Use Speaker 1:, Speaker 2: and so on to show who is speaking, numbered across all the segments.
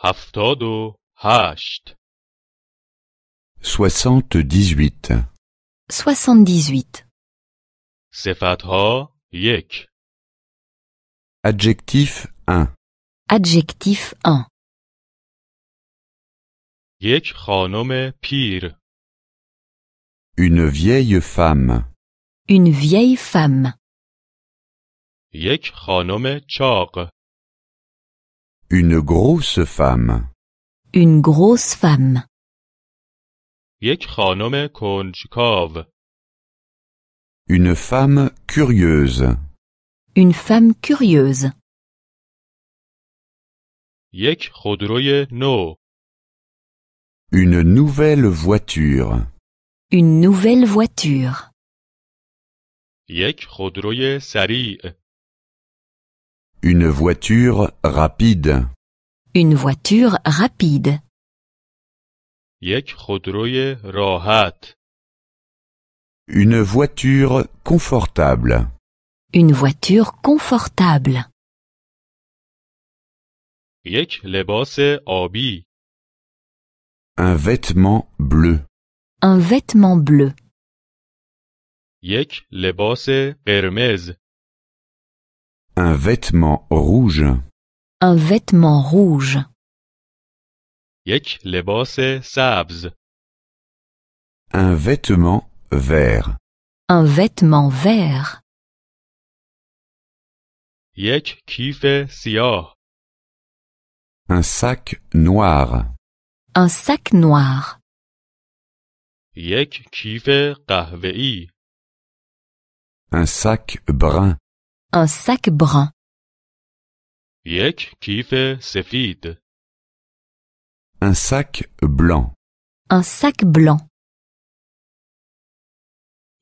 Speaker 1: هفتاد و هشت
Speaker 2: 78.
Speaker 3: 78.
Speaker 1: صفتها یک
Speaker 2: Adjectif 1.
Speaker 3: Adjectif 1.
Speaker 1: یک خانم پیر
Speaker 2: Une vieille femme.
Speaker 3: Une vieille femme.
Speaker 1: یک خانم چاق
Speaker 2: Une grosse femme.
Speaker 3: Une grosse femme.
Speaker 1: یک خانم کنجکاو
Speaker 2: Une femme curieuse.
Speaker 3: Une femme curieuse.
Speaker 1: یک خودروی نو
Speaker 2: Une nouvelle voiture.
Speaker 3: Une nouvelle voiture.
Speaker 1: یک خودروی سریع
Speaker 2: Une voiture rapide.
Speaker 3: Une voiture rapide.
Speaker 1: یک خودروی راحت
Speaker 2: Une voiture confortable.
Speaker 3: Une voiture confortable.
Speaker 1: یک لباس آبی
Speaker 2: Un vêtement bleu.
Speaker 3: Un vêtement bleu.
Speaker 1: یک لباس قرمز
Speaker 2: Un vêtement rouge.
Speaker 3: Un vêtement rouge.
Speaker 1: یک لباس سبز
Speaker 2: Un vêtement vert.
Speaker 3: Un vêtement vert.
Speaker 1: یک کیف سیاه
Speaker 2: Un sac noir.
Speaker 3: Un sac noir.
Speaker 1: یک کیف قهوه‌ای
Speaker 2: Un sac brun.
Speaker 3: Un sac brun.
Speaker 1: یک کیف سفید
Speaker 2: Un sac blanc.
Speaker 3: Un sac blanc.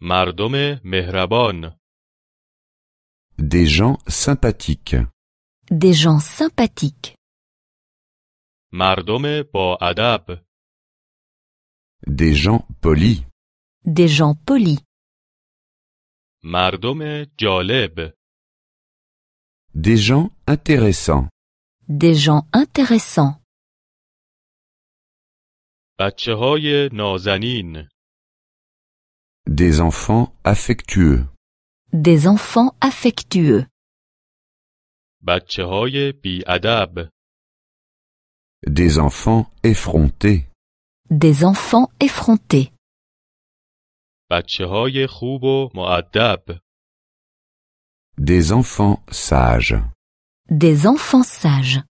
Speaker 1: مردم مهربان
Speaker 2: Des gens sympathiques.
Speaker 3: Des gens sympathiques.
Speaker 1: مردم با ادب
Speaker 2: Des gens polis.
Speaker 3: Des gens polis.
Speaker 1: مردم جالب
Speaker 2: Des gens intéressants.
Speaker 3: Des gens intéressants.
Speaker 1: بچه های نازنین
Speaker 2: Des enfants affectueux.
Speaker 3: Des enfants affectueux.
Speaker 1: بچه های بی ادب
Speaker 2: Des enfants effrontés.
Speaker 3: Des enfants effrontés.
Speaker 1: بچه های خوب و معدب
Speaker 2: Des enfants sages.
Speaker 3: Des enfants sages.